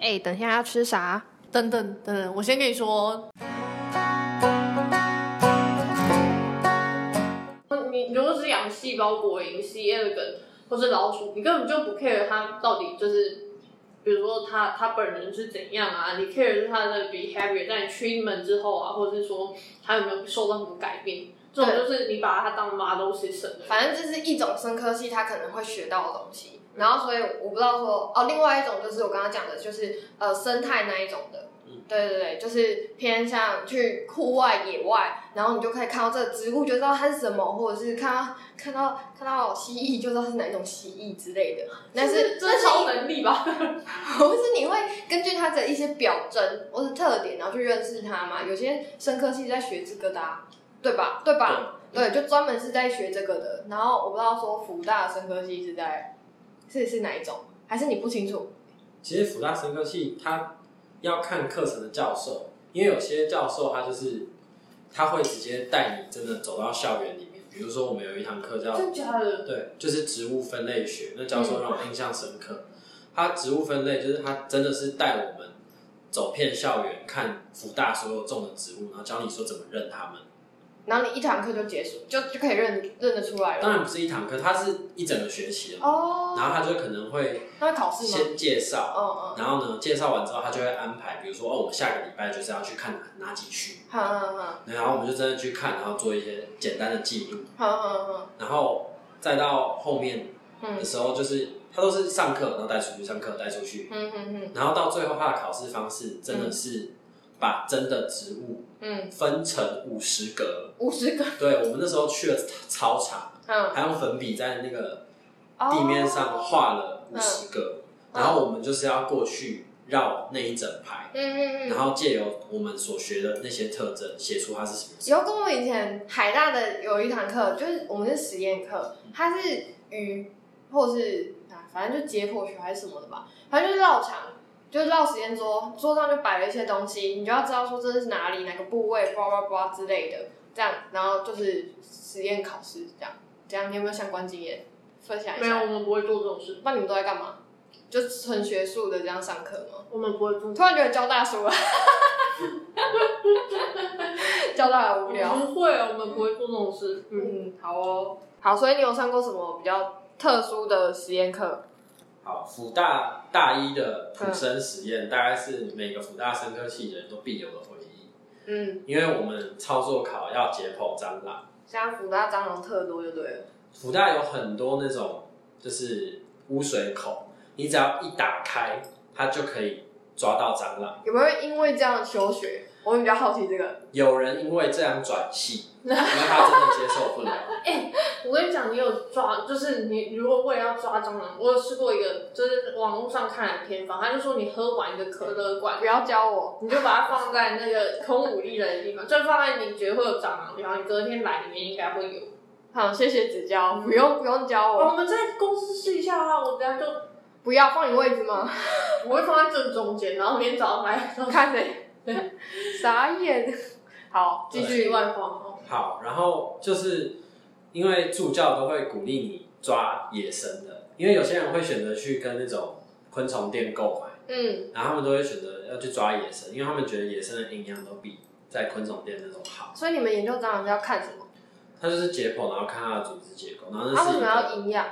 哎、等一下要吃啥？等等等等，我先跟你说，你如果是养细胞果蝇、C A 的梗，或是老鼠，你根本就不 care 它到底就是，比如说它它本人是怎样啊，你 care 是它的 behavior，在你 treatment 之后啊，或者是说它有没有受到什么改变，这种对就是你把它当 model system 的。反正这是一种生科系他可能会学到的东西。然后，所以我不知道说哦，另外一种就是我刚刚讲的，就是呃生态那一种的嗯。对对对，就是偏向去户外、野外，然后你就可以看到这个植物，就知道它是什么，或者是看到看到看到蜥蜴，就知道是哪一种蜥蜴之类的。但是，这但是是超能力吧？ 不是你会根据它的一些表征或是特点，然后去认识它嘛？有些生科系在学这个的、啊，对吧？对吧？对，就专门是在学这个的。然后我不知道说福大的生科系是在是是哪一种，还是你不清楚？其实福大生科系它要看课程的教授，因为有些教授他就是他会直接带你真的走到校园里面。比如说我们有一堂课叫真假的？对，就是植物分类学，那教授让我印象深刻。他植物分类就是他真的是带我们走遍校园，看福大所有种的植物，然后教你说怎么认它们。然后你一堂课就结束，就就可以认认得出来当了。然不是一堂课，它是一整个学期的嘛。哦，嗯然后他就可能会那会考试吗？先介绍，嗯嗯，然后呢介绍完之后，他就会安排，比如说哦，我们下个礼拜就是要去看哪哪几区，好好好然后我们就真的去看，然后做一些简单的记录，好好好，然后再到后面嗯的时候，就是他都是上课，然后带出去，上课带出去，嗯嗯嗯然后到最后他的考试方式真的是把真的植物嗯，分成五十格，五十个，对我们那时候去了操场，嗯，还用粉笔在那个地面上哦，画了五十格，嗯然后我们就是要过去绕那一整排，嗯嗯嗯然。后借由我们所学的那些特征，写出它是什么植物。有跟我以前海大的有一堂课，就是我们是实验课，它是鱼或是啊，反正就解剖学还是什么的吧，反正就是绕场，就是绕实验桌，桌上就摆了一些东西，你就要知道说这是哪里哪个部位，叭叭叭之类的，这样，然后就是实验考试这样。这样你有没有相关经验分享一没有，下？我们不会做这种事，那你们都在干嘛？就纯学术的这样上课吗？我们不会做这种事突然觉得交大输了， 交大很无聊。不会，我们不会做这种事。嗯，嗯，好哦，好，所以你有上过什么比较特殊的实验课？好，辅大大一的普生实验，大概是每个辅大生科系的人都必有的回忆，嗯，因为我们操作考要解剖蟑螂，现在福大蟑螂特多就对了。辅大有很多那种就是污水口，你只要一打开，它就可以抓到蟑螂。有没有因为这样休学？我们比较好奇这个。有人因为这样转 系，因为他真的接受不了。我跟你讲，你有抓，就是你如果为了要抓蟑螂，我有试过一个，就是网络上看来偏方，他就说你喝完一个可乐罐不，要教我，你就把它放在那个空无一人的地方，就放在你觉得会有蟑螂的地方，你隔天来里面应该会有。好，谢谢指教，不用不用教哦我我，们在公司试一下啊，我等下就不要放你位置吗？我会放在正中间，然后明天早上来的时候看谁？ 傻眼。好，继继续续乱晃哦。好，然后就是因为助教都会鼓励你抓野生的，因为有些人会选择去跟那种昆虫店购买，嗯然后他们都会选择要去抓野生，因为他们觉得野生的营养都比在昆虫店那种好。所以你们研究蟑螂是要看什么？它就是解剖，然后看它的组织结构，然后它、为那是什一么要个。营养？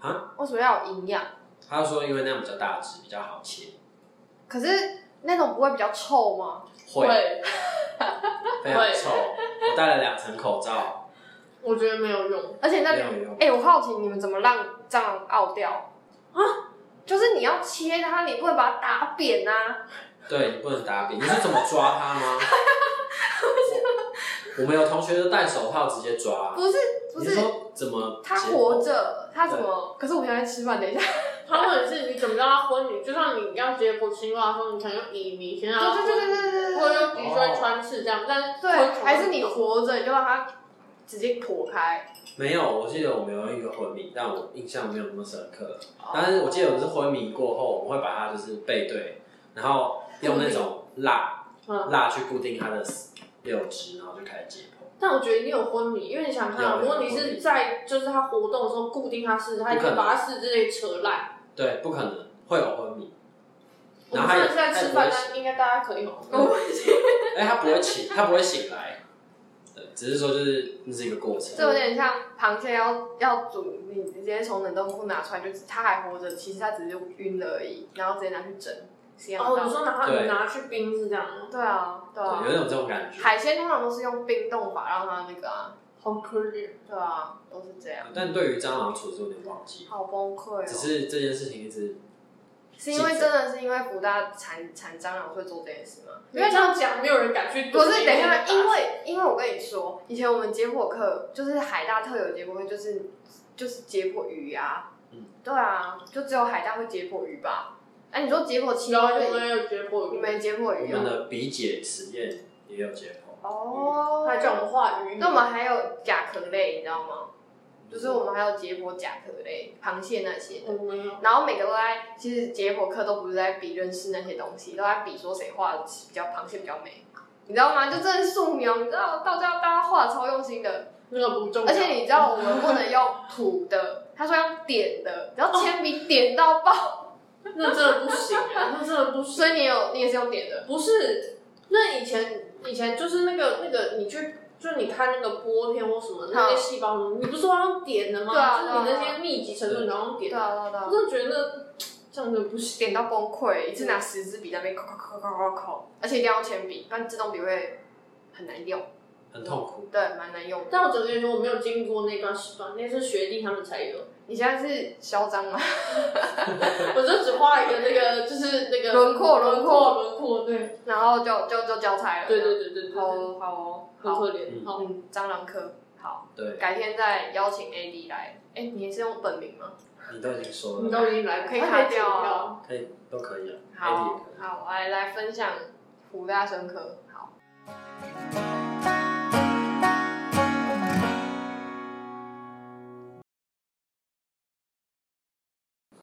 啊？为什么要有营养？他说因为那样比较大只，比较好切，可是那种不会比较臭吗？会会，非常会臭。我戴了两层口罩，我觉得没有用。而且那没里有用。哎、我好奇你们怎么让蟑螂拗掉啊？就是你要切它，你不会把它打扁啊呐、对，你不能打扁。你是怎么抓它吗？我们有同学就戴手套直接抓。不是不你是，说怎么解它剖？活着，它怎么？可是我们现在吃饭，等一下，他们是你怎么让它昏迷？就像你要解剖青蛙的时候，你可能用乙醚先让它对昏对对迷，对对或者对用鼻锥穿刺这样，但是对，对，还是你活着，你就让它直接剖开。没有，我记得我们有一个昏迷，但我印象没有那么深刻。哦但是我记得我是昏迷过后，我们会把它就是背对，然后用那种蜡嗯，蜡去固定它的六肢，然后就开始解剖。但我觉得你有昏迷，因为你想看，啊有如果你有昏是迷在就是它活动的时候固定它四肢，它一定不可会能把它四肢给扯烂。对，不可能会有昏迷。我然们后他上也次在吃饭，他也不会但应该大家可以哦吗？哦哎，他不会醒，他不会醒来，对，只是说就是那是一个过程。这有点像螃蟹要要煮，你直接从冷冻库拿出来，就是它还活着，其实它只是晕了而已，然后直接拿去蒸，是一样的哦，道你理。说拿对拿去冰是这样吗？对啊，对啊对，有，一种这种感觉。海鲜通常都是用冰冻法让它那个啊，好可怜。对啊，都是这样，但对于蟑螂处置有点忘记，好崩溃哦。只是这件事情一直是因为真的是因为福大产产蟑螂会做这件事吗？因为这样讲，没有人敢去。不是，等一下，因为因为我跟你说，以前我们解剖课就是海大特有解剖课，就是就是解剖鱼啊，嗯对啊，就只有海大会解剖鱼吧？哎、你说解剖青然蛙后就对，没有结果你，没解剖我鱼们哦、的鼻解实验也有解剖，哦，他叫我们画鱼。那我们还有甲壳类，你知道吗？就是我们还有解剖甲壳类，螃蟹那些的。我没有。然后每个都在，其实解剖课都不是在比认识那些东西，都在比说谁画的比较螃蟹比较美，你知道吗？就真的是素描，你知道大家大家画的超用心的，那个不重要。而且你知道我们不能用土的，他说要点的，然后铅笔点到爆，那真的不行啊，那真的不行。所以你有你也是用点的，不是，那以前以前就是那个那个，你去就是你看那个玻片或什么那些细胞，你不是说要用点的吗？对啊就是你那些密集程度，你要用点对的。啊对啊对我啊，真的觉得这样就不行。点到崩溃，一次拿十支笔在那边抠抠抠抠抠抠，而且一定要用铅笔，不然自动笔会很难用，很痛苦。对，蛮难用的。但我整个说我没有经过那段时段，那是学弟他们 才有。你现在是嚣张吗？我就只画一个那个，就是那个轮廓轮廓，轮廓，对，然后就就就交差了，对对对对对，好好哦，好哦，很好，可怜，嗯好，嗯，蟑螂科，好，对，改天再邀请 AD 来。哎、你也是用本名吗？你都已经说你了，都已经来，可以卡卡掉啊。啊可以都可以啊，好 ID 也可以好，我来来分享福大生科。好，